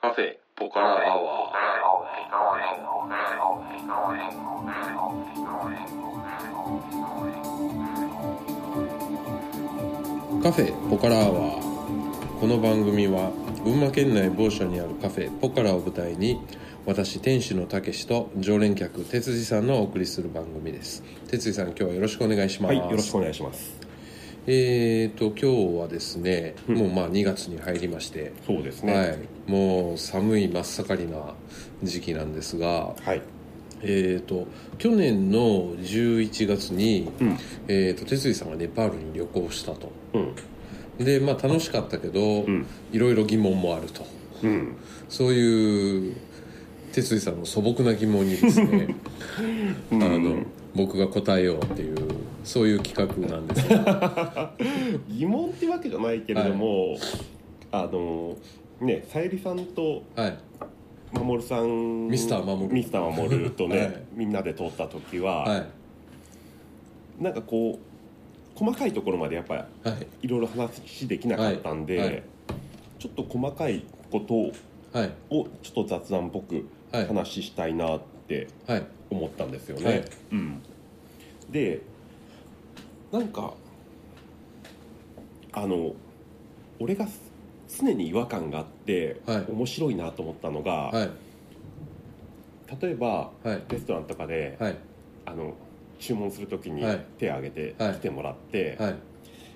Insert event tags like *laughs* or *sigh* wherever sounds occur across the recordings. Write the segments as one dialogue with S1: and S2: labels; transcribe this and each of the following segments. S1: カフェポカラアワーカフェポカラアワーこの番組は群馬県内某所にあるカフェポカラを舞台に私店主のたけしと常連客哲司さんのお送りする番組です哲司さん今日はよろしくお願いします、
S2: はい、よろしくお願いします。
S1: えーと今日はですね、
S2: うん
S1: もうまあ2月に入りまして、
S2: そうです
S1: は
S2: ね。
S1: い、もう寒い真っ盛りな時期なんですが、
S2: はい。
S1: えー、と去年の11月に、
S2: うん。
S1: えー、と哲司さんがネパールに旅行したと
S2: うん。
S1: で、まあ、楽しかったけど、
S2: うん。
S1: いろいろ疑問もあると
S2: うん。
S1: そういう哲司さんの素朴な疑問にですねあの、僕が答えようっていうそういう企画なんですが
S2: 疑問ってわけじゃないけれども、あのね、さゆりさんと
S1: はい
S2: まもるさん、
S1: ミスターまもる
S2: ミスターまもるとね、
S1: はい
S2: みんなで通った時は、
S1: はい
S2: なんかこう細かいところまでやっぱ
S1: はい
S2: いろいろ話できなかったんで、
S1: はいはい
S2: ちょっと細かいことを
S1: はい
S2: ちょっと雑談っぽく
S1: はい
S2: 話したいなって
S1: はい
S2: 思ったんですよね、
S1: はい
S2: うん、でなんかあの俺がす常に違和感があって、
S1: はい
S2: 面白いなと思ったのが、
S1: はい
S2: 例えば
S1: はい
S2: レストランとかで、
S1: はい
S2: あの注文する時に
S1: はい
S2: 手を挙げて
S1: はい
S2: 来てもらって、
S1: はい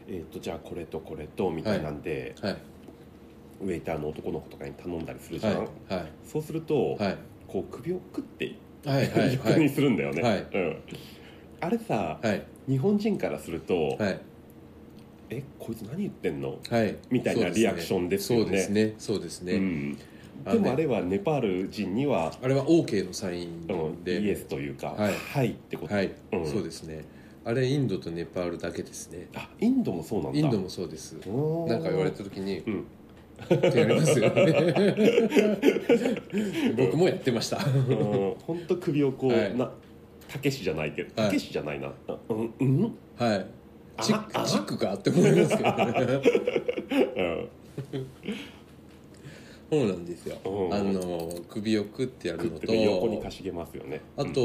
S2: えー、とじゃあこれとこれとみたいなんで、
S1: はい
S2: ウェイターの男の子とかに頼んだりするじゃ
S1: はい
S2: ん、
S1: はい
S2: そうすると、
S1: はい
S2: こう首をくってい
S1: はいはいはい
S2: くにするんだよね、
S1: はい
S2: うん、あれさ、
S1: はい
S2: 日本人からすると、
S1: はい
S2: えこいつ何言ってんの
S1: はい
S2: みたいなリアクションですよね
S1: そうですねそうですね、
S2: うん
S1: あ
S2: で
S1: のね
S2: もあれはネパール人には、
S1: あれは OK のサイ
S2: う
S1: ン
S2: ん、イ
S1: で、
S2: エスというか、
S1: はい
S2: ってこと、
S1: はい、
S2: うん
S1: そうですねあれインドとネパールだけですね
S2: あインドもそうなんだ
S1: インドもそうです
S2: も
S1: なんか言われた時に「
S2: うん
S1: ってやりますよね
S2: *laughs*
S1: 僕もやってました
S2: 本当首をこう、
S1: はい
S2: なたけしじゃないけど
S1: はい
S2: たけしじゃないな、うんうん
S1: はい
S2: あ
S1: チック
S2: あ
S1: チックかって思いますけどね
S2: うん
S1: そうなんですよ、
S2: うん
S1: あの首をくってや
S2: く
S1: る
S2: っ
S1: の
S2: てね横にか
S1: と
S2: しげますよね
S1: あ
S2: うん
S1: と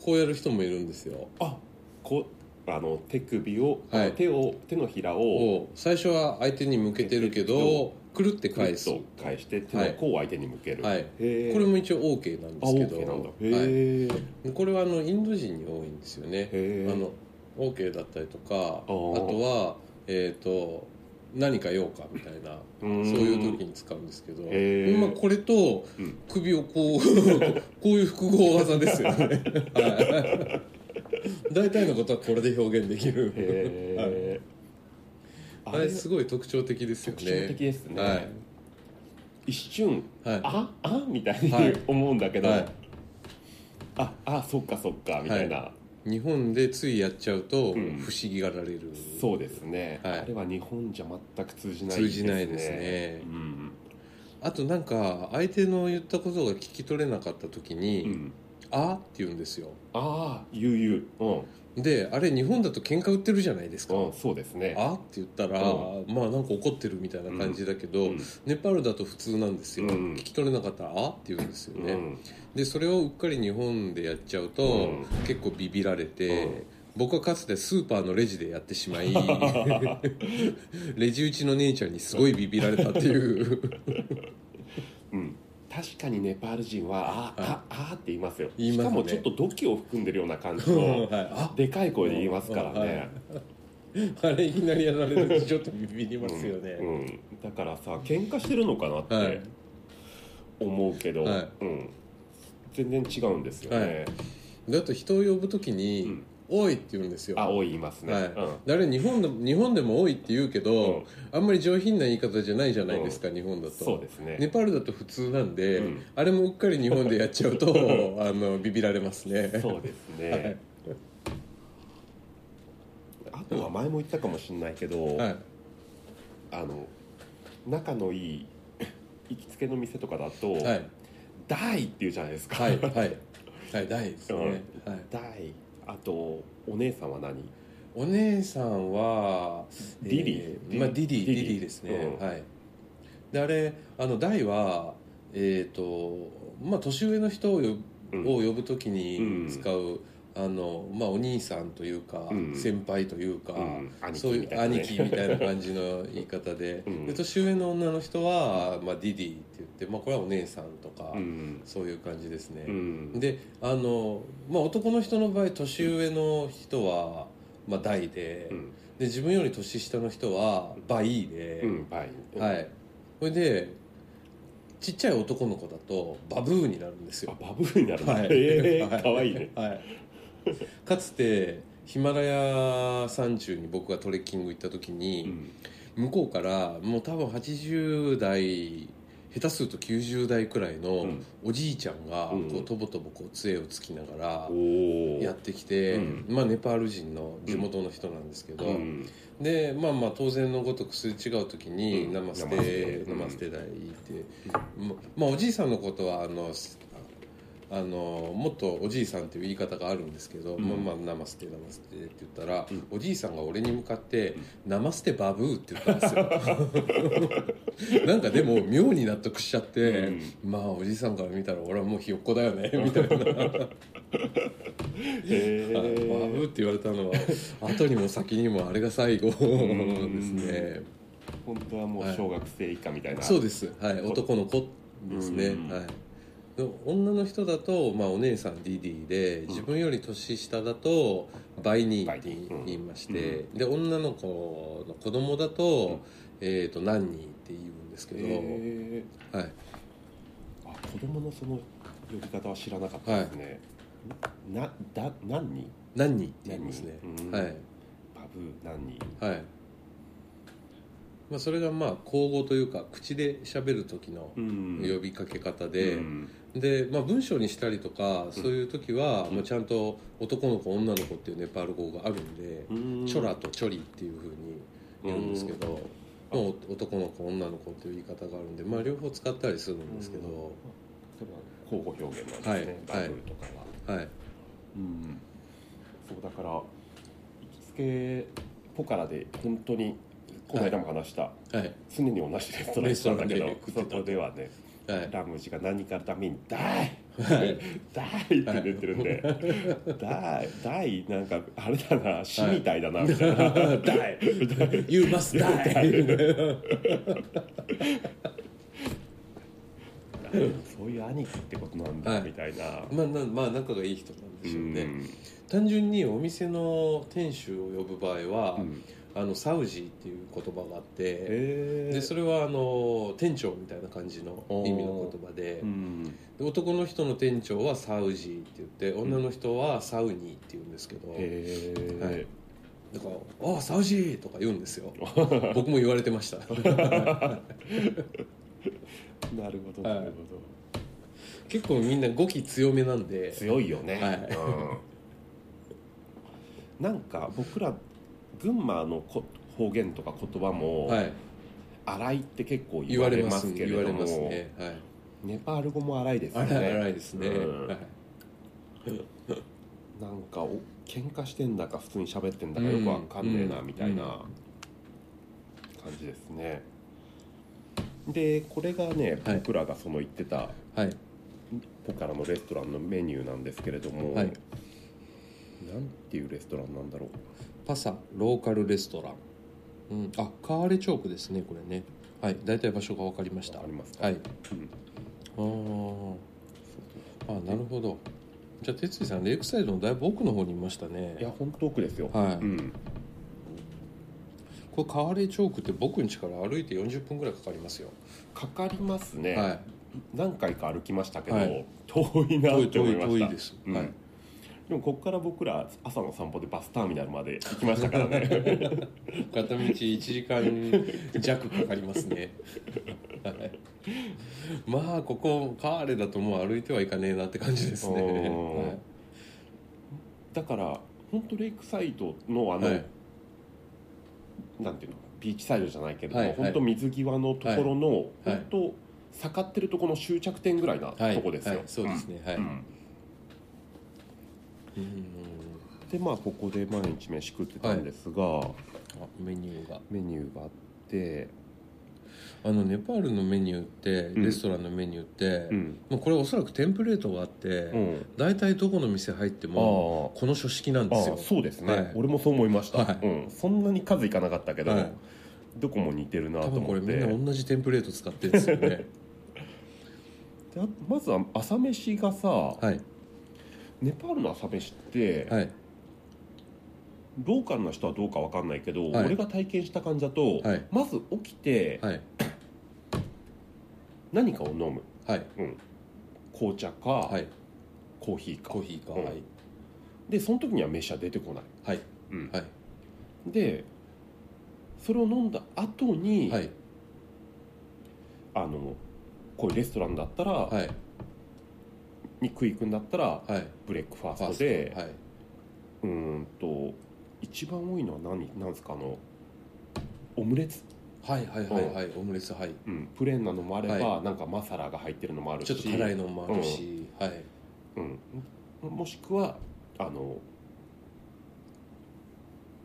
S1: こうやる人もいるんですよ
S2: あこうあの手首を、
S1: はい
S2: あの手を手のひらを
S1: を最初は相手に向けてるけどくるって返す
S2: グッと返して手の甲を相手に向ける、
S1: はい
S2: へー
S1: これも一応 OK なんで
S2: あ
S1: すけ
S2: OK なんだ
S1: ど
S2: へ
S1: はい
S2: え、
S1: でこれはあのインド人に多いんですよね
S2: へえ
S1: あの OK だったりとかあ
S2: ー
S1: とは、えー、と何か用かみたいな
S2: そう
S1: そういう時に使うんですけど、
S2: へえ
S1: まあ、これと
S2: うん
S1: 首をこう *laughs* こういう複合技ですよ *laughs* ねはい大体のことはこれで表現できる、
S2: へえ、
S1: はいあれすごい特徴的ですよ
S2: 特
S1: ね
S2: 徴的ですね、
S1: はい
S2: 一瞬
S1: はい
S2: ああみたいに
S1: はい
S2: 思うんだけど、
S1: はい
S2: ああそっかそっかみたいな、
S1: 日本でついやっちゃうと不
S2: うん
S1: 思議がられる、
S2: そうですね、
S1: はい
S2: あれは日本じゃ全く通じない
S1: 通じないですね
S2: うん
S1: あとなんか相手の言ったことが聞き取れなかった時に「
S2: うん
S1: あ」って言うんですよ
S2: ああ悠々
S1: であれ日本だと喧嘩売ってるじゃないですか「
S2: うん、うん、そうですね
S1: あ」って言ったら、
S2: う
S1: まあなんか怒ってるみたいな感じだけど、
S2: うん
S1: ネパールだと普通なんですよ、
S2: うん
S1: 聞き取れなかったら「あ」って言うんですよね、 *laughs*
S2: うん
S1: でそれをうっかり日本でやっちゃうと、
S2: うん
S1: 結構ビビられて、
S2: うん
S1: 僕はかつてスーパーのレジでやってしま
S2: *laughs*
S1: いレジ打ちの姉ちゃんにすごいビビられたっていう
S2: うん確かにネパール人は「あ、
S1: は
S2: ああって言いますよ
S1: 言い
S2: し
S1: ますね
S2: かもちょっと土器を含んでるような感じ
S1: *laughs* はい
S2: の
S1: あ
S2: でかい声で言いますから
S1: うん
S2: ね、
S1: あれいきなりやられるとちょっとビビりますよね。
S2: うん、だからさ喧嘩してるのかなっ
S1: は
S2: て
S1: い
S2: 思うけど、
S1: はい
S2: うん、全然違うんですよね、
S1: だと人を呼ぶとき
S2: う
S1: に
S2: ん
S1: 「おい」って言うんですよ。
S2: あ多い言いますね、
S1: はい
S2: うん
S1: あれ日本でも日本でも「多い」って言うけ
S2: う
S1: ど
S2: ん、
S1: あんまり上品な言い方じゃないじゃないですか、日本だと
S2: そうですね
S1: ネパールだと普通なんで、
S2: うん
S1: あれもうっかり日本でやっちゃ *laughs* うとあのビビられますね。
S2: そうですね、
S1: はい
S2: あとは前も言ったかもしれないけど、
S1: はい
S2: あの仲のい *coughs* い行きつけの店とかだと
S1: は
S2: 「
S1: い
S2: 大、って言うじゃないですか *laughs*
S1: はいはいはい大ですね、はい。
S2: 「大」あとお姉さんは何
S1: お姉さんは
S2: ディリ
S1: えーまあ、ディリーデ
S2: ディ
S1: ィ
S2: リ
S1: リーですね、
S2: うん
S1: はいであれあの大はえっ、とまあ年上の人を呼
S2: う
S1: を
S2: ん
S1: 呼ぶときに使う、あのまあ、お兄さんというか、
S2: うん
S1: 先輩というか、
S2: うん兄貴
S1: そうい
S2: みた
S1: う
S2: いなね
S1: 兄貴みたいな感じ
S2: *laughs*
S1: の言い方で,、
S2: うん
S1: で年上の女の人は、まあ、ディディって言って、まあ、これはお姉さんとか、
S2: うん
S1: そういう感じですね。
S2: うん
S1: であの、まあ、男の人の場合年上の人は、まあ、大で,、
S2: うん
S1: で自分より年下の人は倍で、
S2: うんバイ
S1: はいそれでちっちゃい男の子だとバブーになるんです
S2: あ
S1: よ
S2: バブーになるんだ
S1: はい
S2: ええ
S1: はい
S2: かわいいね
S1: はいかつてヒマラヤ山中に僕がトレッキング行った時
S2: う
S1: に、
S2: ん
S1: 向こうからもう多分80代下手すると90代くらいの
S2: うん
S1: おじいちゃんがこ
S2: うん
S1: うとぼとぼこう杖をつきながら
S2: おお
S1: やってきて、
S2: うん
S1: まあネパール人の地元の人なんですけど、
S2: うん
S1: でまあまあ当然のごとくすれ違う時に「
S2: うん
S1: ナマス
S2: ナマステ
S1: テ
S2: うん
S1: ナマステ大」ってままあおじいさんのことはあのすあのもっとおじいさんっていう言い方があるんですけど「
S2: うん
S1: まあまあナマステナマステ」って言ったら、
S2: うん
S1: おじいさんが俺に向かって「ナマステバブー」って言ったん
S2: *laughs*
S1: ですよなんかでも妙に納得しちゃって、
S2: うん
S1: まあおじいさんから見たら俺はもうひよっこだよねみたいな。
S2: え
S1: バ
S2: え
S1: ブって言われた
S2: *laughs*
S1: のは後にも先にもあれが最後 *laughs* ですね
S2: 本当はもう小学生以下みたいな
S1: そうですはい男の子ですね
S2: うん
S1: はいで女の人だと、まあ、お姉さんディディで自分より年下だとバイニーって言いまして、で女の子の子供だと,、
S2: ん
S1: えー、と何人って言うんですけど、
S2: ええ
S1: はい、
S2: あ子供のその呼び方は知らなかったですね。なだ何人
S1: 何人って言いますね、
S2: 何人うん
S1: はい
S2: バブー何人
S1: はい、まあ、それがまあ口語というか口で喋る時の
S2: うん
S1: 呼びかけ方で、
S2: うん
S1: で、まあ、文章にしたりとかそういう時は、
S2: うん
S1: もうちゃんと男の子女の子っていうネパール語があるんで、
S2: うん
S1: チョラとチョリっていうふうに言うんですけど、
S2: うん
S1: もう男の子女の子っていう言い方があるんで、まあ、両方使ったりするんですけど、
S2: それは交互表現なんですね。
S1: はいはい
S2: バブーとかは。
S1: はい
S2: うんそうだから行きつけポカラで本当にこの間も話した、
S1: はい
S2: 常に同じレストランなんだけど
S1: レストラ
S2: そ
S1: ンで
S2: こではね
S1: はい
S2: ラムジが何かのために「ダイ
S1: はい
S2: ダイ!」って出てるんで「ダイダイ!」なんかあれだな死みたい
S1: *laughs*
S2: だなみたいな「ダイ!」
S1: 「You must
S2: *laughs*
S1: die
S2: そういう兄貴ってことなん
S1: は
S2: だ
S1: い
S2: みたいな」
S1: *laughs* まあなまあ仲がいい人なん
S2: う
S1: でしょうんね、単純にお店の店主を呼ぶ場合は、
S2: うん
S1: あのサウジーっていう言葉があって、
S2: へ
S1: でそれはあの店長みたいな感じの意味の言葉で,、
S2: うん
S1: で男の人の店長はサウジーって言って女の人はサウニーって言うんですけど、
S2: へー
S1: はいだから「ああサウジー!」とか言うんです
S2: *laughs*
S1: よ僕も言われてました *laughs*
S2: なるほど
S1: はい
S2: なるほど、
S1: 結構みんな語気強めなんで
S2: 強いよね、
S1: はい
S2: うん、なんか僕ら群馬のこ方言とか言葉も「
S1: はい、
S2: 荒い」って結構
S1: 言
S2: 言
S1: わ
S2: わ
S1: れ
S2: れ
S1: ま
S2: ますすけれ
S1: 言わ
S2: ど
S1: れ
S2: も、
S1: ますね、はい、
S2: ネパール語も荒いですよ
S1: あ
S2: ね
S1: ら荒いですね、
S2: うん
S1: はい
S2: なんかお喧嘩してんだか普通に喋ってんだかよくわかんねえな、
S1: うん
S2: みたいな感じですねでこれがね
S1: はい
S2: 僕らがその言ってた
S1: はい
S2: ポカラのレストランのメニューなんですけれども、
S1: はい
S2: なんていうレストランなんだろう
S1: パサローカルレストラン、うん、あカーレチョークですねこれねはい大体場所が分かりました
S2: わ
S1: は
S2: かりますか、
S1: い
S2: うん
S1: あーあなるほどじゃあ哲司さんレイクサイドのだいぶ奥の方にいましたね
S2: いや本当奥ですよ、
S1: はい
S2: うん、
S1: これカーレチョークって僕ん家から歩いて40分ぐらいかかりますよ、
S2: かかりますね、
S1: はい
S2: 何回か歩きましたけど、
S1: はい
S2: 遠いな
S1: 遠
S2: っ
S1: い
S2: て
S1: 遠
S2: 思
S1: い
S2: いま
S1: 遠
S2: し
S1: い
S2: た
S1: です、
S2: うん
S1: はい
S2: でもここから僕ら朝の散歩でバスターミナルまで行きました
S1: *laughs*
S2: からね
S1: 片道1時間弱かかりますね、はい、まあここカーレだともう歩いてはいかねえなって感じですね、
S2: おー
S1: はい
S2: だから本当レイクサイドのあの、
S1: はい
S2: なんていうのビーチサイドじゃないけども、
S1: はいはい
S2: 本当水際のところの、
S1: はい
S2: 本当下がってるところの終着点ぐらいな
S1: はい
S2: とこですよ、
S1: はい、そうですね、はい、
S2: うんうん
S1: うん
S2: でまあここで毎日飯食ってたんですが、
S1: あメニューが
S2: メニューがあって
S1: あのネパールのメニューって
S2: うん
S1: レストランのメニューって、
S2: うん
S1: もうこれおそらくテンプレートがあって、
S2: うん
S1: 大体どこの店入って
S2: あ
S1: も
S2: あ
S1: この書式なんですよ
S2: あそうですね、
S1: はい
S2: 俺もそう思いました、
S1: はい
S2: うん、そんなに数いかなかったけど、
S1: はい
S2: どこも似てるなと
S1: 多分これ
S2: 思っ
S1: み
S2: て
S1: んな同じテンプレート使ってるんですよ
S2: *laughs*
S1: ね
S2: であまずは朝飯がさ、
S1: はい
S2: ネパールの朝飯って、
S1: はい
S2: ローカルな人はどうかわかんないけど、
S1: はい
S2: 俺が体験した感じだと、
S1: はい
S2: まず起きて
S1: はい
S2: 何かを飲む
S1: はい
S2: 紅茶か、
S1: はい
S2: コーヒーか
S1: コーヒーか、
S2: うん
S1: はい
S2: でその時には飯は出てこない、
S1: はい
S2: うん
S1: はい
S2: でそれを飲んだ後に、
S1: はい
S2: あのこういうレストランだったら、
S1: はい
S2: に食い行くんだったら
S1: はい
S2: ブレックファー
S1: ファー
S2: ス
S1: スト
S2: トで
S1: はいう
S2: ーんと一番多いのは何なんですかあのオムレツ、
S1: はいはいはいはいオムレツはい
S2: うん、プレーンなのもあれば、
S1: は
S2: なんかマサラが入ってるのもあるし
S1: ちょっと辛いのもあるし、はい
S2: うん、もしくはあの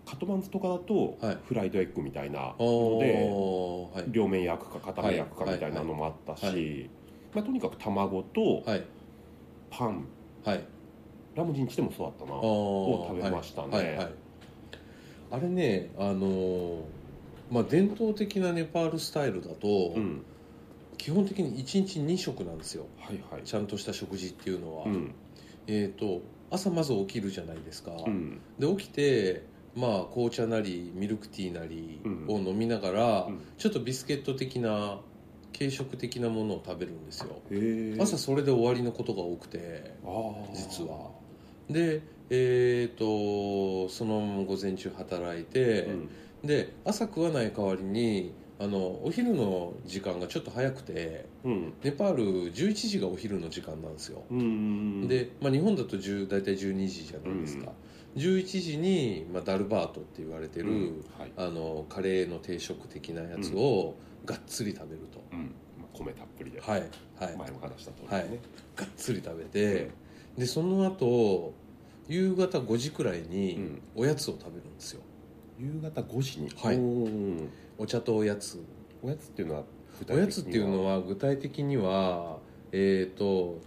S2: カトマンズとかだと、
S1: はい
S2: フライドエッグみたいなので
S1: おーはい
S2: 両面焼くか片面焼くか
S1: はい
S2: みたいなのもあったし、
S1: はいは
S2: まあ、とにかく卵と
S1: はい
S2: パン
S1: はい
S2: ラムジンチでもそうだったな
S1: を
S2: を食べましたね、
S1: はいはいはいあれねあのーまあ伝統的なネパールスタイルだと、
S2: うん、
S1: 基本的に1日2食なんですよ
S2: はいはい
S1: ちゃんとした食事っていうのは、
S2: うん
S1: えっ、と朝まず起きるじゃないですか、
S2: うん
S1: で起きてまあ紅茶なりミルクティーなりを飲みながら、
S2: うん
S1: ちょっとビスケット的な軽食的なものを食べるんですよ
S2: へえ
S1: 朝それで終わりのことが多くて
S2: あー
S1: 実はでえー、とそのまま午前中働いて、
S2: うん
S1: で朝食わない代わりにあのお昼の時間がちょっと早くて
S2: うん
S1: ネパール11時がお昼の時間なんですよ、
S2: うん
S1: で、まあ、日本だと10大体12時じゃないですか、11時に、まあ、ダルバートって言われて
S2: う
S1: る、
S2: んはい
S1: あのカレーの定食的なやつをがっつり食べると、
S2: うんまあ米たっぷりで、
S1: はいはい、
S2: 前も話した通り
S1: はい
S2: ね、
S1: がっつり食べて、でその後夕方5時くらいに
S2: ん
S1: おやつを食べるんですよ
S2: 夕方5時に、
S1: はい
S2: うん
S1: お茶とおやつ
S2: おやつっていうのは具
S1: お
S2: 体的に
S1: やつっていうのは具体的にはえー、と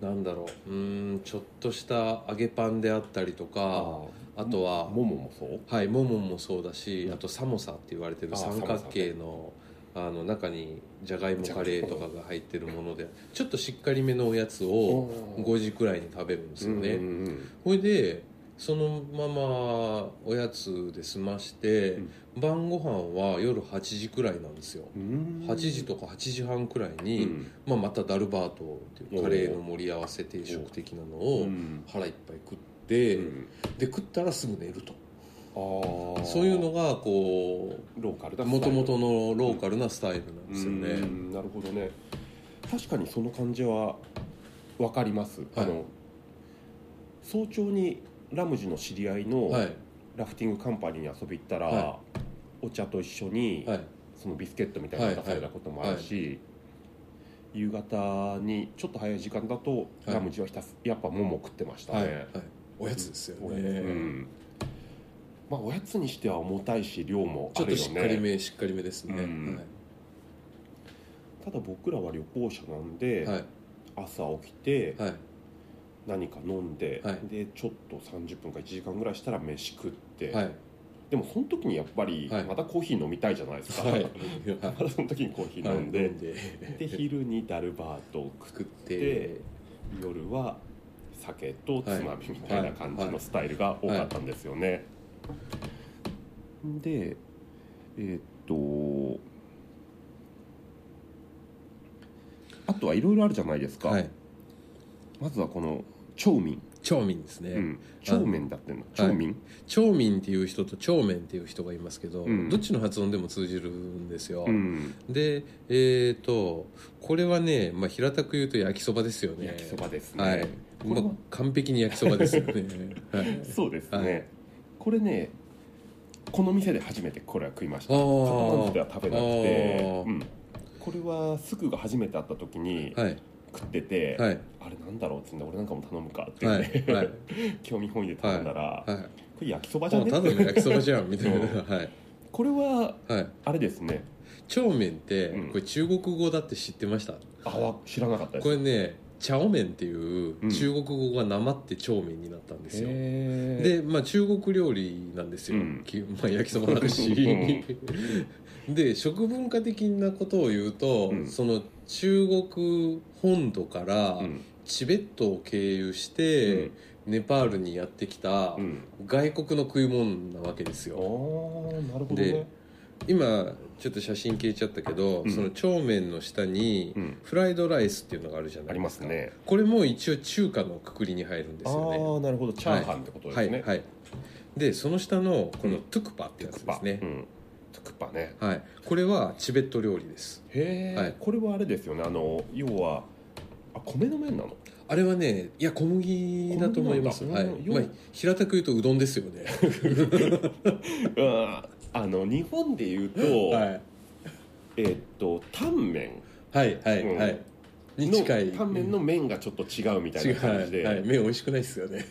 S1: なんだろううーんちょっとした揚げパンであったりとかあとは
S2: もももそう
S1: はいモモンもそうだし、
S2: うん
S1: あとサモサって言われてる
S2: あー
S1: 三角形のあの中にじゃがいもカレーとかが入ってるものでちょっとしっかりめのおやつを5時くらいに食べるんですよね、
S2: うんうんうん
S1: ほいでそのままおやつで済まして、晩ご飯は夜8時くらいなんですよ
S2: うん
S1: 8時とか8時半くらいに、
S2: うん
S1: まあ、またダルバートっていうカレーの盛り合わせ定食的なのを
S2: うん
S1: 腹いっぱい食って、
S2: うん
S1: で食ったらすぐ寝ると
S2: あー
S1: そういうのがこ
S2: ローカル
S1: う
S2: だ
S1: もともとのローカルなスタイルなん
S2: で
S1: です
S2: す
S1: よ
S2: よね
S1: ね。
S2: なるほどね確かにその感じはわかります、
S1: はい
S2: あの早朝にラムジの知り合いの
S1: はい
S2: ラフティングカンパニーに遊び行ったら、
S1: は
S2: お茶と一緒に、
S1: はい
S2: そのビスケットみたいなのが出されたこともあるし、夕方にちょっと早い時間だと、
S1: はい
S2: ラムジはひたすやっぱもも食ってましたね、
S1: はいはいおやつですよ
S2: おやつ、
S1: ね、
S2: うんまあ、おやつにしては重たいし量も
S1: ちょ
S2: あ
S1: っ
S2: る
S1: と
S2: よね
S1: しっかりめ、しっかりめですね、
S2: うんただ僕らは旅行者なんで、
S1: はい
S2: 朝起きて
S1: はい
S2: 何か飲んで、
S1: はい
S2: でちょっと30分か1時間ぐらいしたら飯食って、 *laughs*
S1: はい
S2: でもその時にやっぱり
S1: はい
S2: またコーヒー飲みたいじゃないですか、
S1: はい
S2: またその時にコーヒー飲んで、で昼にダルバートを食
S1: 食
S2: っ
S1: って
S2: 夜は酒とつまみみたいな感じのスタイルが多かったんですよね。でえーっとあとはいろいろあるじゃないですか、
S1: はい
S2: まずはこの町民、
S1: 町民ですね、
S2: うん、町民だってんの町民、
S1: 町民っていう人と町面っていう人がいますけど、
S2: うん
S1: どっちの発音でも通じるんですよ、
S2: うん、
S1: でえっ、とこれはね、まあ、平たく言うと焼きそばですよね
S2: 焼きそばですね、
S1: はい、
S2: これは
S1: まあ、完璧に焼きそばですよね、はい、
S2: そうですね、
S1: はい
S2: これねこの店で初めてこれは食いました
S1: あー
S2: 片まずでは食べなく
S1: あ
S2: て
S1: ー、
S2: うんこれはすぐが初めて会った時に
S1: はい
S2: 食ってて、
S1: はい
S2: あれなんだろうっつって俺なんかも頼むかって言
S1: は
S2: っ
S1: い
S2: て、
S1: はい
S2: 興味本位で頼んだら、
S1: はい
S2: これ焼きそばじゃ
S1: もう
S2: ね *laughs*
S1: ただの焼きそばじゃんみたいな
S2: そう
S1: はい
S2: これは
S1: はい
S2: あれですね
S1: 長麺って
S2: うん
S1: これ中国語だって知ってました、
S2: あわ知らなかったです
S1: これねチャオメンっていう
S2: うん
S1: 中国語がなまって長麺になったんですよ、
S2: へ
S1: で
S2: ー
S1: まあ、中国料理なんですよ、
S2: うん
S1: きまあ、焼きそばだし、 *laughs* で食文化的なことを言うと、
S2: うん
S1: その中国本土から
S2: うん
S1: チベットを経由して、ネパールにやってきた
S2: うんうん
S1: 外国の食い物なわけです
S2: あ
S1: よ、
S2: ーなるほど
S1: で
S2: ね
S1: 今ちょっと写真消えちゃったけど、
S2: うん
S1: その長麺の下に
S2: うん
S1: フライドライスっていうのがあるじゃな
S2: あ
S1: い
S2: り
S1: で
S2: ますす
S1: か
S2: ね
S1: これも一応中華のくくりに入るんで
S2: ああ
S1: すよね
S2: ーなるほどチャーハンってことですね
S1: はいはいでその下のこの
S2: うん
S1: トゥクパってやつ
S2: ク
S1: で
S2: パ
S1: すね
S2: う、んトゥクパね
S1: はいこれはチベット料理です
S2: へえ、
S1: はい
S2: これはあれですよねあの要はあ米の麺な *laughs* の
S1: あれはねいや小麦だと思います
S2: 小
S1: は
S2: 麦
S1: い
S2: なんだうん、
S1: ま
S2: よ
S1: あ、平たく言うとうどんですよね
S2: うんあの日本で言うと、
S1: はい
S2: えーっとタンメン
S1: はいはい
S2: うん
S1: はい、に
S2: の
S1: 近い
S2: タンメンの麺がちょっと違うみたい
S1: 違
S2: な感じ
S1: う
S2: で、
S1: はい、はい、麺美味しくないですよね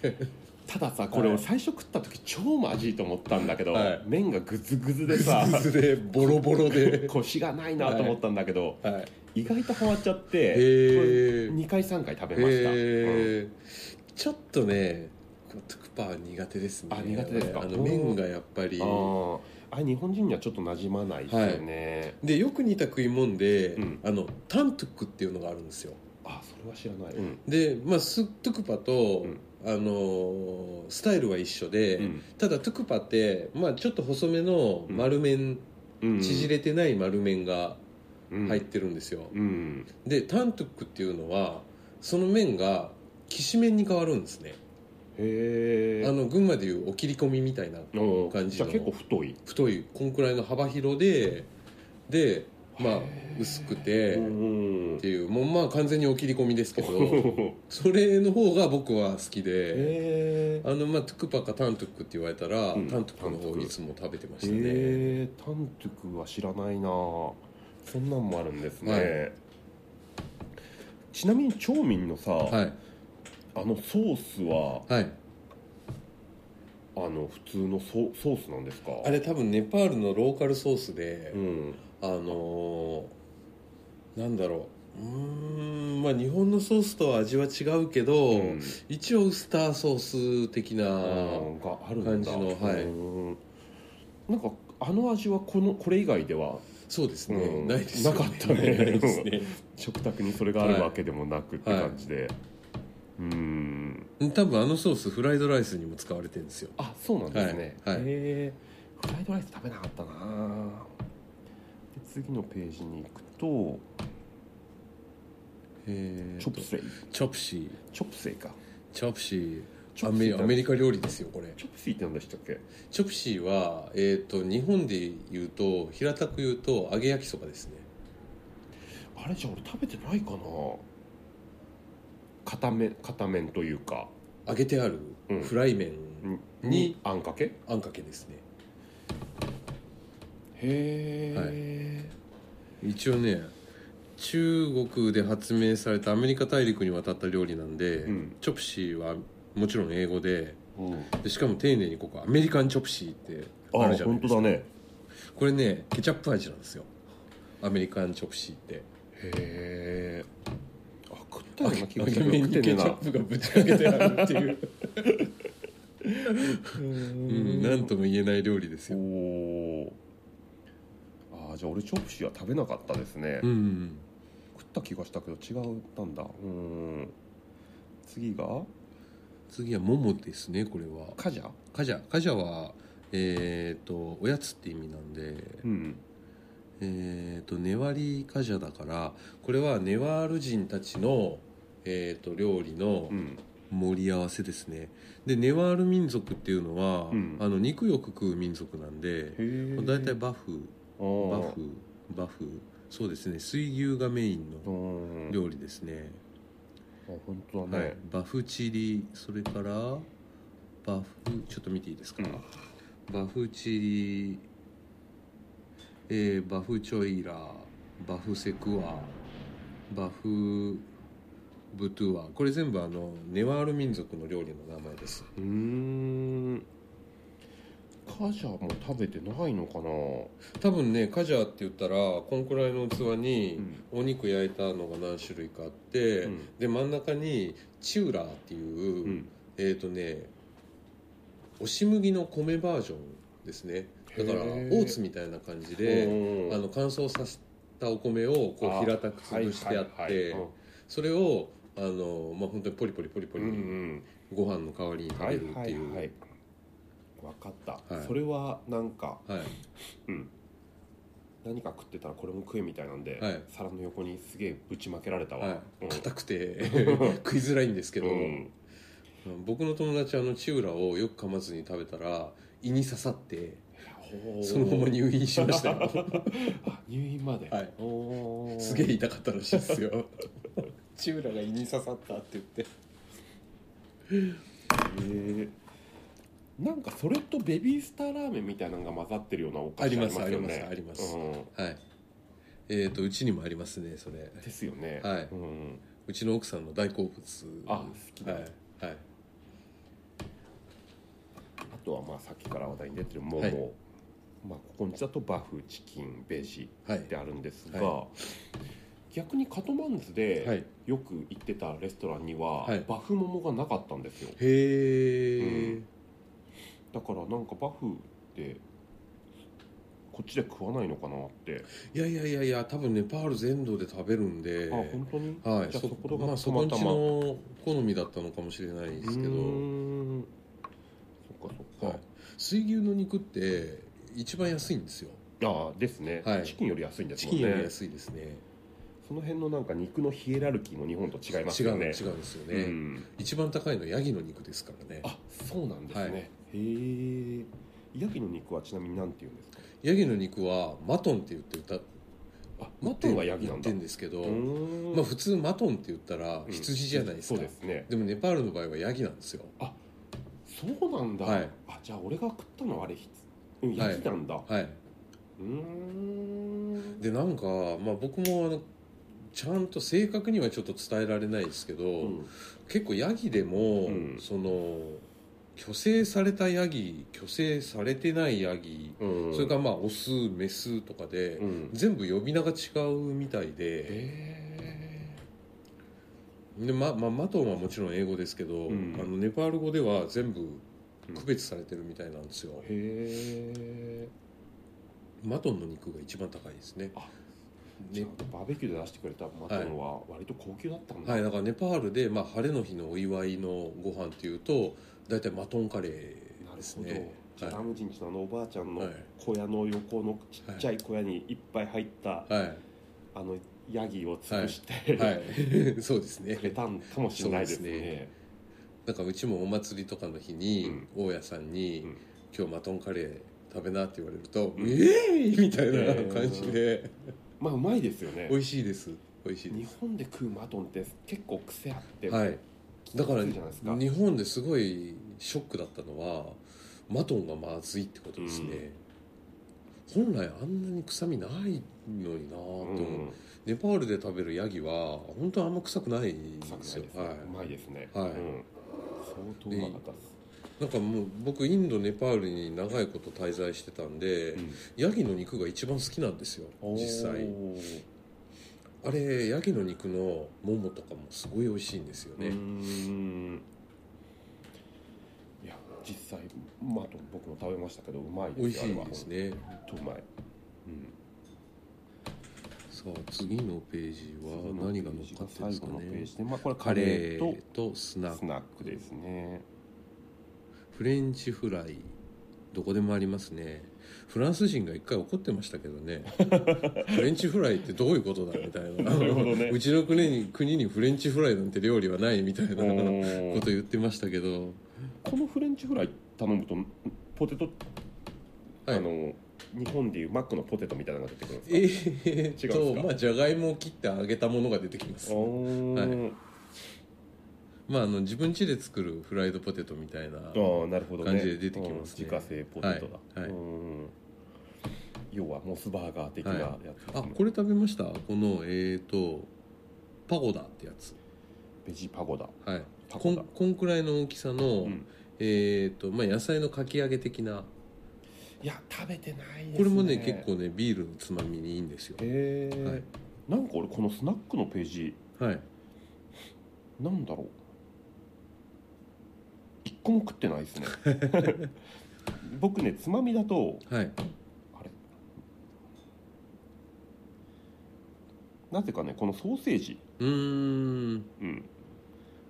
S2: たださこれ
S1: は
S2: を
S1: い
S2: 最初食った時超まずいと思ったんだけど、
S1: はい
S2: 麺がグズグズ
S1: ぐ
S2: で
S1: ず
S2: さ
S1: ぐずでボロボロで、
S2: コシがないなと思ったんだけど、
S1: はい、
S2: 意外とハマっちゃって、
S1: へー
S2: 2回3回食べました、
S1: えーちょっとねトゥクパは苦手ですね
S2: あ苦手ですか
S1: あの麺がやっぱり
S2: うんあーあ日本人にはちょっと馴染まないですよね、
S1: でよく似た食い物で、
S2: うん
S1: あのタントゥクっていうのがあるんですよ
S2: あそれは知らない、うん
S1: でまあストゥクパと、
S2: うん
S1: あのースタイルは一緒で、ただトゥクパって、まあ、ちょっと細めの丸麺、
S2: うん
S1: 縮れてない丸麺が
S2: うん
S1: 入ってるんですよ、
S2: うん
S1: でタントゥクっていうのはその麺がきしめんに変わるんですね
S2: へえ
S1: あの群馬でいうお切り込みみたいな
S2: の
S1: 感じ
S2: じゃ
S1: の
S2: あ結構太い
S1: 太いこんくらいの幅広ででまあ
S2: へー
S1: 薄くて
S2: う
S1: っ
S2: ん
S1: ていうもうまあ完全にお切り込みですけ
S2: *laughs*
S1: ど
S2: へ
S1: それの方が僕は好きで
S2: え
S1: あのまあトゥクパかタントゥックって言われたら、
S2: うん
S1: タントゥックの
S2: タントゥ
S1: 方
S2: ク
S1: いつも食べてましたね、
S2: へえタントゥクは知らないなそんなんもあるんですね、
S1: はい
S2: ちなみに町民のさ、
S1: はい
S2: あのソースは
S1: はい
S2: あの普通のソソースなんですか
S1: あれ多分ネパールのローカルソースで、
S2: うん
S1: あのーなんだろううーんまあ日本のソースとは味は違うけど、
S2: うん
S1: 一応ウスターソース的な、
S2: うんがあるんだ
S1: 感じのはい
S2: うんなんかあの味はこのこれ以外では
S1: そうですね、
S2: うん
S1: ないですよ
S2: なかったね
S1: ないですね
S2: 食卓にそれがあるわけでもなくって
S1: はい
S2: 感じで、うん
S1: 多分あのソースフライドライスにも使われてるんですよ
S2: あそうなんですね、
S1: はいはい
S2: へーフライドライス食べなかったなで次のページに行くとチョプセイ
S1: チョプシー
S2: チョプセイか
S1: チョプシ
S2: チ
S1: ー
S2: ョ
S1: ア
S2: プセイ
S1: メ
S2: って
S1: アメリカ料理ですよこれ
S2: チョプセイって何でしたっけ
S1: チョプシーは、えー、と日本で言うと平たく言うと揚げ焼きそばですね
S2: あれじゃあ俺食べてないかな片面片面というか
S1: 揚げてある
S2: うん
S1: フライ麺に
S2: にあんかけへ
S1: あんかけですね
S2: え、
S1: 一応ね中国で発明されたアメリカ大陸に渡った料理なんで、
S2: うん
S1: チョプシーはもちろん英語で
S2: うん
S1: でしかも丁寧にここアメリカンチョプシーってあ
S2: あ
S1: るじゃないで
S2: 本当
S1: すか
S2: だね
S1: これねケチャップ味なんですよアメリカンチョプシーって
S2: へえあ食ったよ
S1: 揚
S2: う
S1: げ
S2: な気がしたけど
S1: 麺にケ
S2: 食って
S1: チ
S2: ねえ
S1: ャ
S2: な
S1: ップがぶちかけてあるっていう、 *laughs*
S2: う
S1: うん、
S2: ん
S1: なんとも言えない料理です
S2: お
S1: よ
S2: おあーじゃあ俺チョプシーは食べなかったですね、
S1: うん
S2: 食った気がしたけど違ったんだうん次が
S1: 次はモモですねこれは
S2: カジャ
S1: カジャカジャはえっ、とおやつって意味なんで
S2: うん
S1: えー、とネワリカジャだからこれはネワール人たちの、えー、と料理の
S2: うん
S1: 盛り合わせですねでネワール民族っていうのは、
S2: うん
S1: あの肉よく食う民族なんで
S2: へえ
S1: 大体バフ
S2: バ
S1: バフバフそうですね水牛がメイン
S2: う
S1: の
S2: ん
S1: 料理ですね、
S2: あ本当だ
S1: は
S2: ね、
S1: い、バフチリそれからバフちょっと見ていいですか、
S2: うん
S1: バフチリ、えーバフチョイラバフセクワバフブトゥワこれ全部あのネワール民族の料理の名前です
S2: うーんカジャも食べてないのかな、
S1: 多分ねカジャって言ったらこんくらいの器
S2: う
S1: に
S2: ん
S1: お肉焼いたのが何種類かあって、
S2: うん
S1: で真ん中にチューラーっていう、
S2: うん
S1: えっ、とね押し麦の米バージョンですねだからオ
S2: へー
S1: ーツみたいな感じで
S2: うん
S1: あの乾燥させたお米をこ
S2: あ
S1: う平たく潰してあって、
S2: はいはいはい
S1: それをあの、まあ、本当にポリポリポリポ
S2: う
S1: リ
S2: んうん
S1: ご飯の代わりに食べるっていう、
S2: はいはいはいわかった、
S1: はい
S2: それはなんか
S1: はい
S2: 何か食ってたらこれも食えみたいなんで、
S1: はい
S2: 皿の横にすげえぶちまけられたわ、
S1: はい、
S2: うん
S1: 硬くて *laughs* 食いづらいんですけど、
S2: うん
S1: 僕の友達あのチウラをよく噛まずに食べたら胃に刺さって
S2: ほう
S1: そのまま入院しました
S2: *laughs*
S1: よ
S2: あ入院まで、
S1: はい
S2: おー
S1: すげえ痛かったらしいですよ
S2: *laughs* チウラが胃に刺さったって言ってへえなんかそれとベビースターラーメンみたいなのが混ざってるようなお菓子
S1: あります
S2: ありますよね
S1: ありますあり
S2: うん
S1: はいえっ、とうちにもありますねそれ
S2: ですよね
S1: はい
S2: うん、
S1: うちの奥さんの大好物です
S2: あ好きだ
S1: はい、はい、
S2: あとはまあさっきから話題に出てるモモ、
S1: はい
S2: まあここにだとバフチキンベジ
S1: はい
S2: ってあるんですが、
S1: は
S2: 逆にカトマンズ
S1: は
S2: で
S1: い
S2: よく行ってたレストランには、
S1: はい
S2: バフモモがなかったんですよ
S1: へえ、
S2: うんだからなんかバフってこっちで食わないのかなって、
S1: いやいやいやいや多分ネパール全土で食べるんで
S2: あ本当に、
S1: はい
S2: じゃあそこ
S1: ま
S2: が
S1: あ、
S2: た
S1: そ
S2: ま
S1: こ
S2: た
S1: んち
S2: まう
S1: の好みだったのかもしれないですけど、
S2: ーんそっかそっ
S1: は
S2: か
S1: い、水牛の肉って一番安いんですよ
S2: ああですね、
S1: はい
S2: チキンより安いんです
S1: チ
S2: もん
S1: キンより
S2: ね
S1: 安いですね
S2: その辺のなんか肉のヒエラルキーも日本と違いますよね
S1: 違う違うんですよね、
S2: うん
S1: 一番高いのはヤギの肉ですからね
S2: あそうなんですね、
S1: はい
S2: へえヤギの肉はちなみになんて言うんですか
S1: ヤギの肉はマトンって言って歌
S2: あ
S1: マ
S2: マ
S1: ト
S2: ト
S1: ン
S2: ン
S1: は
S2: は
S1: ヤ
S2: ヤ
S1: ギ
S2: ギ
S1: な
S2: なんん
S1: て
S2: だ
S1: んですけど、
S2: うーん
S1: まあ普通マトンって言ったら
S2: うん
S1: 羊じゃないですか、
S2: そうですね
S1: でもネパールの場合はヤギなんですよ
S2: そうなんだ、
S1: はい
S2: あじゃあ俺が食ったのはあれひうんヤギなんだ、
S1: はいう
S2: ーん
S1: でなんか、まあ、僕もあのちゃんと正確にはちょっと伝えられないですけど、
S2: うん
S1: 結構ヤギでも、
S2: うん
S1: その虚勢されたヤギ虚勢されてないヤギ、
S2: うん
S1: それからまあオスメスとかで、
S2: うん
S1: 全部呼び名が違うみたいで
S2: へ
S1: で、ままあ、マトンはもちろん英語ですけど、
S2: うん
S1: あのネパール語では全部
S2: うん
S1: 区別されてるみたいなんですよ
S2: え、へえ
S1: マトンの肉が一番高いですね
S2: あ
S1: ね
S2: バーベキューで出してくれたマトンは割と高級だったんだ、
S1: はい、だからネパールで、まあ、晴れの日のお祝いのご飯っていうと大体マトンカレー
S2: なる
S1: です
S2: ほど、
S1: ね
S2: ジャム人ちのあのおばあちゃんの
S1: はい
S2: 小屋の横のちっちゃい小屋にいっぱい入った、
S1: は
S2: あのヤギを潰して、
S1: い、はい、 *laughs* そうですね
S2: くれたんかもしれないですね
S1: そうですなんかうちもお祭りとかの日に、大家さんに、
S2: うん
S1: 今日マトンカレー食べな」って言われると「
S2: うん
S1: ええー!」み *laughs* たいな感じで、
S2: まあうまいですよね
S1: 美味しいです美味しいで
S2: 日本で食うマトンって結構癖あって、
S1: すはいだから
S2: きついじゃないですか
S1: 日本ですごいショックだったのはマトンがまずいってことですね、本来あんなに臭みないのになぁと
S2: う
S1: 思う、
S2: ん、
S1: ネパールで食べるヤギは本当あんま臭くないん
S2: 臭
S1: で
S2: くないです
S1: すよ
S2: ね、
S1: は
S2: うまいですね、
S1: はい
S2: うん、相当うまかったです、
S1: い、なんかもう僕インドネパールに長いこと滞在してたんで、
S2: うん
S1: ヤギの肉が一番好きなんですよ実際
S2: おー
S1: あれヤギの肉のももとかもすごい美味しいんですよ
S2: う
S1: ね、
S2: ーんいや実際マトン僕も食べましたけどうまい
S1: 美
S2: で
S1: 味
S2: す
S1: しいですね
S2: あれはほんとうまい、うん、
S1: さあ次のページは何が乗っかってるんですか
S2: 最後のペー
S1: ね
S2: ジで、まあ、これ
S1: カ
S2: カレ
S1: レ
S2: ー
S1: ーとスナ
S2: とス
S1: ック
S2: ナックですね
S1: フレンチフライどこでもありますねフランス人が一回怒ってましたけど
S2: *laughs*
S1: ねフレンチフライってどういうことだみたいな
S2: るほどね
S1: うちの国に国にフレンチフライなんて料理はないみたいな
S2: お
S1: *laughs* こ
S2: ー
S1: と言ってましたけど
S2: このフレンチフライ頼むとポテト、
S1: はい
S2: あの日本でいうマックのポテトみたいなのが出てくるんですか
S1: えー、
S2: 違うん
S1: と
S2: ですか
S1: まあじゃがいもを切って揚げたものが出てきます
S2: おー
S1: まああの自分家で作るフライドポテトみたいな
S2: ああなるほどね
S1: 感じで出てきますね
S2: うん自家製ポテトだ、
S1: はいはい
S2: うん要はモスバーガー的なやつ、
S1: あこれ食べましたこのえー、とパゴダってやつ
S2: ベジパゴダ
S1: はい
S2: パ
S1: こ
S2: ゴ
S1: ん
S2: ダ
S1: こんくらいの大きさの、
S2: うん
S1: えーとまあ、野菜のかき揚げ的な
S2: いや食べてないですね
S1: これもね結構ねビールのつまみにいいんですよ
S2: へえ、
S1: はい
S2: なんか俺このスナックのページ
S1: はい
S2: なんだろう一個も食ってないです
S1: *laughs*
S2: ね僕ねつまみだと
S1: はい
S2: あれなぜかねこのソーセージ、
S1: うーん
S2: うん、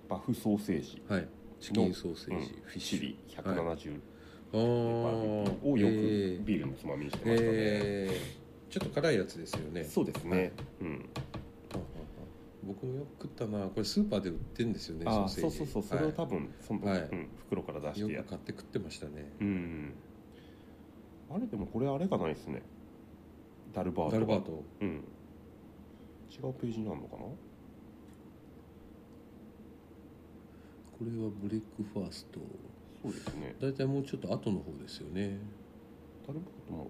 S2: バフソーセージ
S1: はいチキンソーセージ、
S2: うん
S1: フィッシ
S2: シ
S1: ュ
S2: リ170
S1: ああ
S2: をよくビールのつまみにしてましたね、
S1: えーちょっと辛いやつですよね
S2: そうですね、うん、
S1: 僕もよく食ったなこれスーパーで売ってるんですよね
S2: あー
S1: ソーセー
S2: そう
S1: ジ
S2: そうそうそれを多分、その、
S1: はい
S2: うん、袋から出して
S1: はい、
S2: や
S1: よく買って食ってましたね
S2: うんあれでもこれあれがないですねダルバート
S1: ダルバート
S2: うん違うページになるのかな
S1: これはブレックファースト
S2: そうですね
S1: 大体もうちょっと後の方ですよね
S2: ダルバートも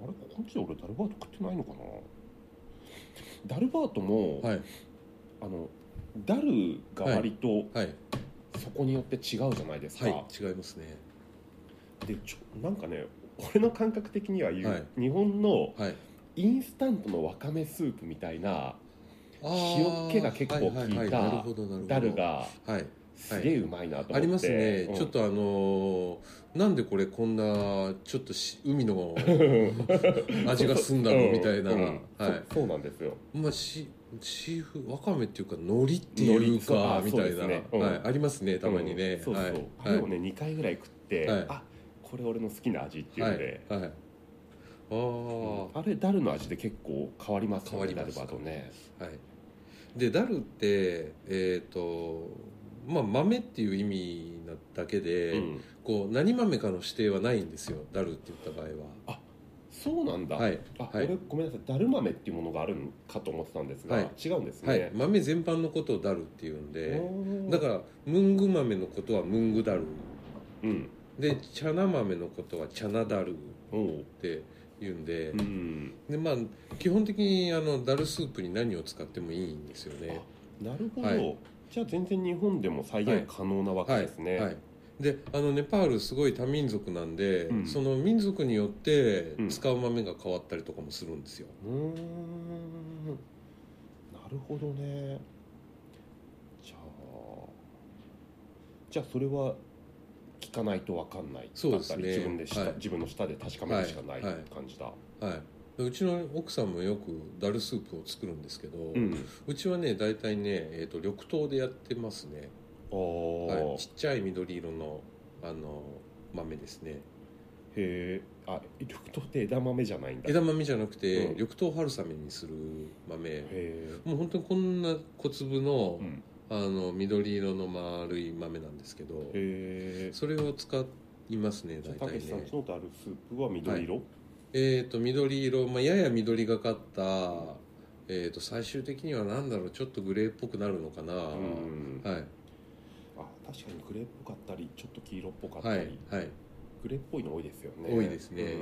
S2: あれこっちで俺ダルバート食ってないのかなダルバートも、
S1: はい
S2: あのダルが割と
S1: はい
S2: そこによって違うじゃないですか、
S1: はい違いますね
S2: でちょなんかね俺の感覚的には言う、
S1: はい
S2: 日本の
S1: はい
S2: インスタントのわかめスープみたいな塩っ気が結構効いた
S1: はははなるほどなるほど
S2: ダルが
S1: はい
S2: すげえうまいなと思って、
S1: ありますね、
S2: うん
S1: ちょっとあのーなんでこれこんなちょっとし海
S2: *laughs*
S1: の味がすんだろうみたいな、
S2: うんうん
S1: は
S2: そそうなんですよ
S1: いまあしシーフわかめっていうか海苔っていうか
S2: 海
S1: み
S2: 苔そう
S1: た
S2: あ
S1: いな、
S2: そうですねうん
S1: はい、ありますねたまにね、
S2: うんそうそう、
S1: はい
S2: あれをね、2回ぐらい食って、
S1: はい
S2: あこれ俺の好きな味っていう
S1: はいは
S2: の
S1: い
S2: で、
S1: はいあー
S2: うんあれダルの味で結構変わりますよね
S1: 変わ
S2: ダ
S1: りま
S2: ル
S1: す
S2: バートね
S1: はい、でダルってえっ、とまあ豆っていう意味なだけで、
S2: うん
S1: こう何豆かの指定はないんですよダルって言った場合
S2: そうなんだ、
S1: ははい、
S2: あ、
S1: はい
S2: 俺ごめんなさいダル豆っていうものがあるんかと思ってたんですが、
S1: はい
S2: 違うんです
S1: は
S2: ね、
S1: い、豆全般のことをダルっていうんで
S2: おー
S1: だからムング豆のことはムングダル
S2: うん
S1: でチャナ豆のことはチャナダルっ
S2: おう
S1: て言うんで,、
S2: うん
S1: でまあ、基本的にあのダルスープに何を使ってもいいんですよね。
S2: なるほど、
S1: はい
S2: じゃあ全然日本でも再現可能なわけですね、
S1: はい、であのネパールすごい多民族なんで、
S2: うん
S1: その民族によって
S2: うん
S1: 使う豆が変わったりとかもするんですよ、
S2: うーんなるほどねじゃあじゃあそれは聞かないとわかんない
S1: そうですね
S2: だったり自分で舌、
S1: はい
S2: 自分の舌で確かめるしかない
S1: はいはい
S2: 感じだ、
S1: はい、でうちの奥さんもよくダルスープを作るんですけど、
S2: うん
S1: うちはね大体ね、えー、と緑豆でやってますね、
S2: ああ、
S1: はい、
S2: へ
S1: ちっちゃい緑色のあの豆ですね
S2: えあ緑豆って枝豆じゃないんだへ
S1: 枝豆じゃなくて、
S2: うん
S1: 緑豆春雨にする豆
S2: え
S1: もう本当にこんな小粒の,、
S2: うん
S1: あの緑色の丸い豆なんですけど
S2: へえ
S1: それを使いますね
S2: じゃ
S1: 大
S2: あた
S1: 体
S2: けしさん
S1: ね
S2: ちのダルスープは緑色、
S1: えっ、と緑色、まあ、やや緑がかった、えっと最終的には何だろうちょっとグレーっぽくなるのかな、
S2: うん
S1: はい
S2: あ確かにグレーっぽかったりちょっと黄色っぽかった
S1: は
S2: り、
S1: いはい
S2: グレーっぽいの多いですよね
S1: 多いですね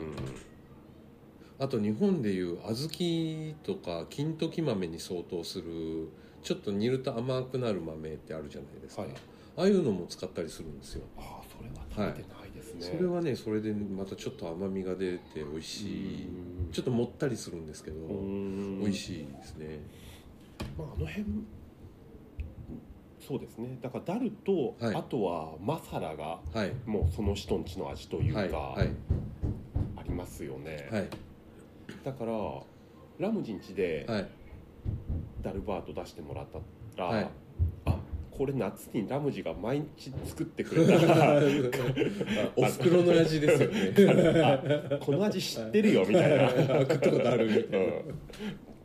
S1: あと日本でいう小豆とか金時豆に相当するちょっと煮ると甘くなる豆ってあるじゃないですか、
S2: はい
S1: ああいうのも使ったりするんですよ
S2: ああそれは食べてないですね、
S1: それはねそれでまたちょっと甘みが出て美味しいちょっともったりするんですけど美
S2: 美
S1: 味
S2: い、
S1: しいですね
S2: まあ、あの辺そうですねだからダルと、
S1: はい
S2: あとはマサラが
S1: はい
S2: もうその人んちの味というか、
S1: はいはい
S2: ありますよね、
S1: はい
S2: だからラムジン家で *laughs*
S1: はい
S2: ダルバート出してもらったら、
S1: はい
S2: あこれ夏にラムジが毎日作ってくれた
S1: *laughs*
S2: ら
S1: お袋の味ですよね。
S2: あこの味知ってるよみたいな
S1: 食ったことあるみたいな。
S2: うん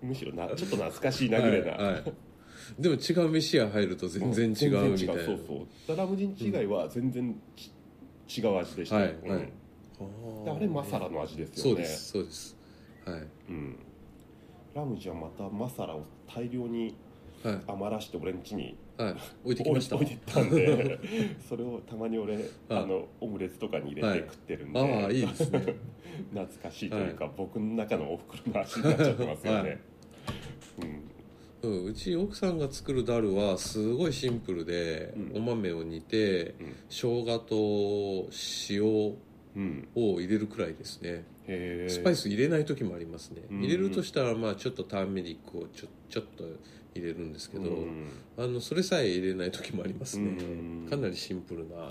S2: むしろなちょっと懐かしいなぐらいな、
S1: はいはいでも違う飯屋入ると全然違うみたいな。
S2: そうそうダラム人以外は全然ち、違う味でした、
S1: はい
S2: うん
S1: はい
S2: で
S1: あー
S2: あれマサラの味です
S1: そ
S2: よね
S1: うですそうです。はい
S2: うん、ラムジはまたマサラを大量に
S1: は
S2: 余らして俺ん家に
S1: いはい置いてき
S2: 置
S1: ま
S2: い
S1: した。
S2: 置いてった
S1: *laughs*
S2: んで *laughs* それをたまに俺、あのオムレツとかに入
S1: はい
S2: れて食ってるんで、
S1: ああいいです *laughs* ね。
S2: 懐かしいというか、僕の中のお袋の味になっちゃってますよね、
S1: うんうち奥さんが作るダルはすごいシンプルで
S2: う、ん
S1: お豆を煮て
S2: うん
S1: 生姜と塩
S2: うん
S1: を入れるくらいですね
S2: へえ
S1: スパイス入れない時もありますね
S2: うん
S1: 入れるとしたらまあちょっとターメリックをちょちょっと入れるんですけど、
S2: うん
S1: あのそれさえ入れない時もありますね
S2: うん
S1: かなりシンプルな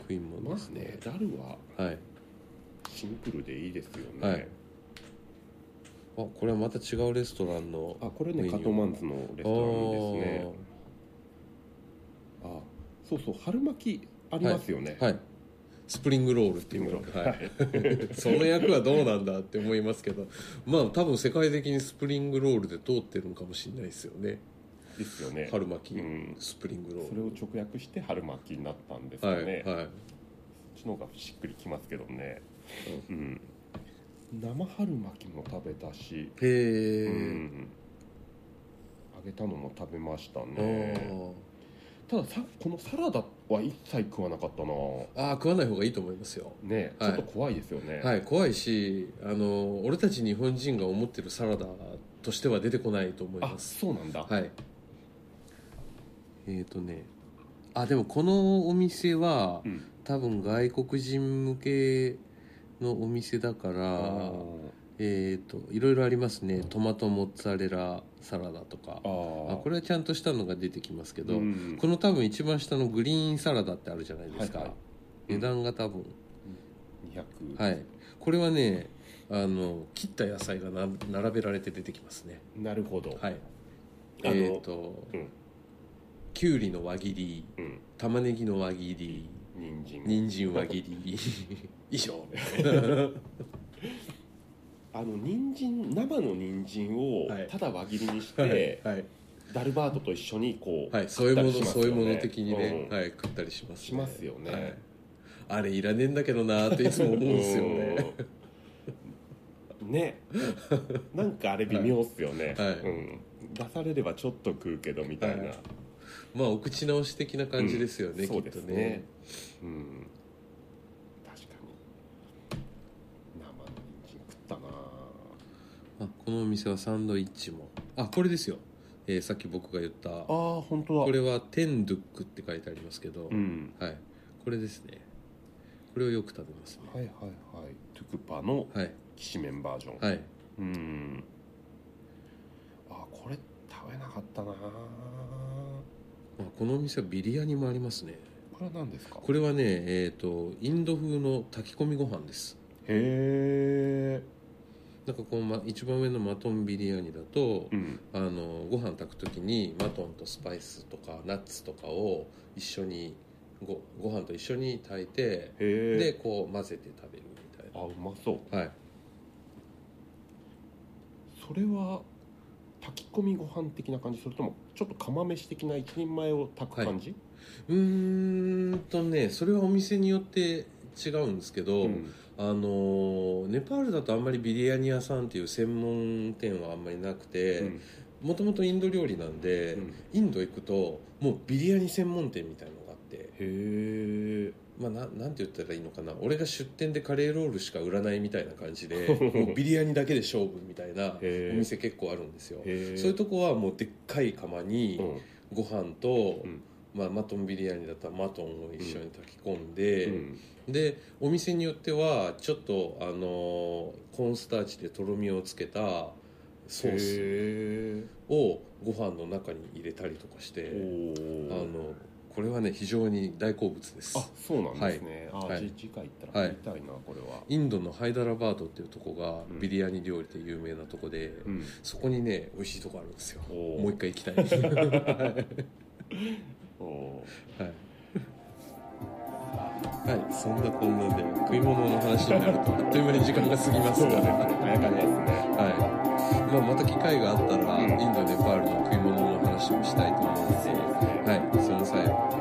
S1: 食い物
S2: ま
S1: で
S2: あ
S1: す
S2: ね
S1: ね
S2: ダルは
S1: はい
S2: シンプルでいいですよね、
S1: はいあこれはまた違うレストランの
S2: あこれ
S1: メ
S2: ね
S1: ニュー
S2: カトマンズのレストランですねあそうそう春巻きありますよね、
S1: はいスプリングロールっていうも
S2: スプ
S1: の、はい、 *laughs* その役はどうなんだって思いますけどまあ多分世界的にスプリングロールで通ってるのかもしれないですよね
S2: ですよね
S1: 春巻き、
S2: うん
S1: スプリングロ
S2: そ
S1: ー
S2: れ
S1: ル
S2: を直訳して春巻きになったんですよ
S1: は
S2: ね、
S1: い、はい、
S2: そっちの方がしっくりきますけどね、うん、生春巻きも食べたし、
S1: へえ、
S2: うん、揚げたのも食べました
S1: あ
S2: ね
S1: ー
S2: たださこのサラダは一切食わなかったな
S1: あー食わない方がいいと思いますよ
S2: ねち
S1: は
S2: ょ
S1: い
S2: っと怖いですよね、
S1: はい怖いしあの俺たち日本人が思ってるサラダとしては出てこないと思い
S2: あ
S1: ます
S2: そうなんだ、
S1: はいえっ、ー、とねあでもこのお店は
S2: うん、
S1: 多分外国人向けのお店だか
S2: あ
S1: ら
S2: ー
S1: えっ、といろいろありますねトマトモッツァレラサラダとかあ
S2: あ
S1: こ
S2: れ
S1: れはちゃんとしたのが出てきますけど、
S2: うん
S1: この多分一番下のグリーンサラダってあるじゃないですか、
S2: はいはい
S1: 値段が多分
S2: 200、
S1: はいこれはねあの切った野菜がな並べられて出てきますね
S2: なるほど、
S1: はい
S2: あの
S1: えっ、と、
S2: うん
S1: きゅうりの輪切り
S2: うん、
S1: 玉ねぎの輪切り
S2: 人参
S1: 人参輪切り *laughs* 以上
S2: あの人参生の人参を
S1: はい
S2: ただ輪切りにして、
S1: はい、はい
S2: ダルバートと一緒にこう、
S1: はい、そういうもの、
S2: 食ったりし
S1: そう
S2: ますよ
S1: い
S2: ね
S1: うもの的にね、
S2: うん
S1: はい、食ったりします、
S2: しますよね
S1: はいあれいらねえんだけどなー *laughs* っていつも思うんですよね
S2: うんねなんかあれ微妙っすよね、
S1: はい
S2: うん、出されればちょっと食うけどみたいな、
S1: はい *laughs* まあお口直し的な感じですよね、
S2: そう
S1: きっ
S2: で
S1: と
S2: す
S1: ね
S2: ねうん確かに生の人参食ったな
S1: あこのお店はサンドイッチもあこれですよ、えーさっき僕が言った
S2: あ
S1: こ
S2: ー本当だ
S1: れはテンドゥックって書いてありますけど、
S2: うん
S1: はいこれですねこれをよく食べますね
S2: はいはいはいトゥクパの
S1: はい
S2: きしめんバージョン、
S1: はい
S2: うんあーこれ食べなかったな
S1: まあこのお店はビリヤニもありますね
S2: これは何ですか
S1: これはねえっ、とインド風の炊き込みご飯です
S2: へえ、
S1: なんかこう、ま、一番上のマトンビリヤニだと、
S2: ん、
S1: あのご飯炊く時にマトンとスパイスとかナッツとかを一緒にごご飯と一緒に炊いて
S2: へえ
S1: でこう混ぜて食べるみたい
S2: あうまそう
S1: なはい
S2: それは炊き込みご飯的な感じそれともちょっと釜飯的な一人前を炊く感じ、
S1: うーんとねそれはお店によって違うんですけど、
S2: うん
S1: あのーネパールだとあんまりビリヤニ屋さんっていう専門店はあんまりなく
S2: う
S1: て
S2: ん
S1: もともとインド料理なんで、
S2: うん
S1: インド行くともうビリヤニ専門店みたいのがあって、
S2: へえ
S1: まあ、ななんて言ったらいいのかな俺が出店でカレーロールしか売らないみたいな感じ
S2: *laughs*
S1: でもうビリヤニだけで勝負みたいな
S2: へ
S1: お
S2: え
S1: 店結構あるんですよ
S2: へえ
S1: そういうとこはもうでっかい釜に、
S2: うん
S1: ご飯と、
S2: うん
S1: まあ、マトンビリヤニだったらマトンを一緒に炊き込んで、
S2: うん
S1: でお店によってはちょっと、あのーコーンスターチでとろみをつけたソース
S2: へ
S1: をご飯の中に入れたりとかして、
S2: え
S1: あのこれはね非常に大好物です
S2: あそうなんですね、あ
S1: はい
S2: じゃあ次回行ったら食いたいな、これは、
S1: インドのハイダラバードっていうとこが
S2: うん
S1: ビリヤニ料理で有名なとこで、
S2: うん、
S1: そこにね美味しいとこあるんですよ
S2: おー
S1: もう一回行きたい、
S2: *laughs*
S1: はい
S2: おー
S1: はい。はい、そんなこんなで食い物の話になるとあっという間に時間が過ぎます
S2: そう
S1: ので、
S2: だね
S1: は
S2: 早かったですね
S1: い。まあまた機会があったら
S2: うん
S1: インドネパールの食い物の話もしたいと思うので、はい、その際は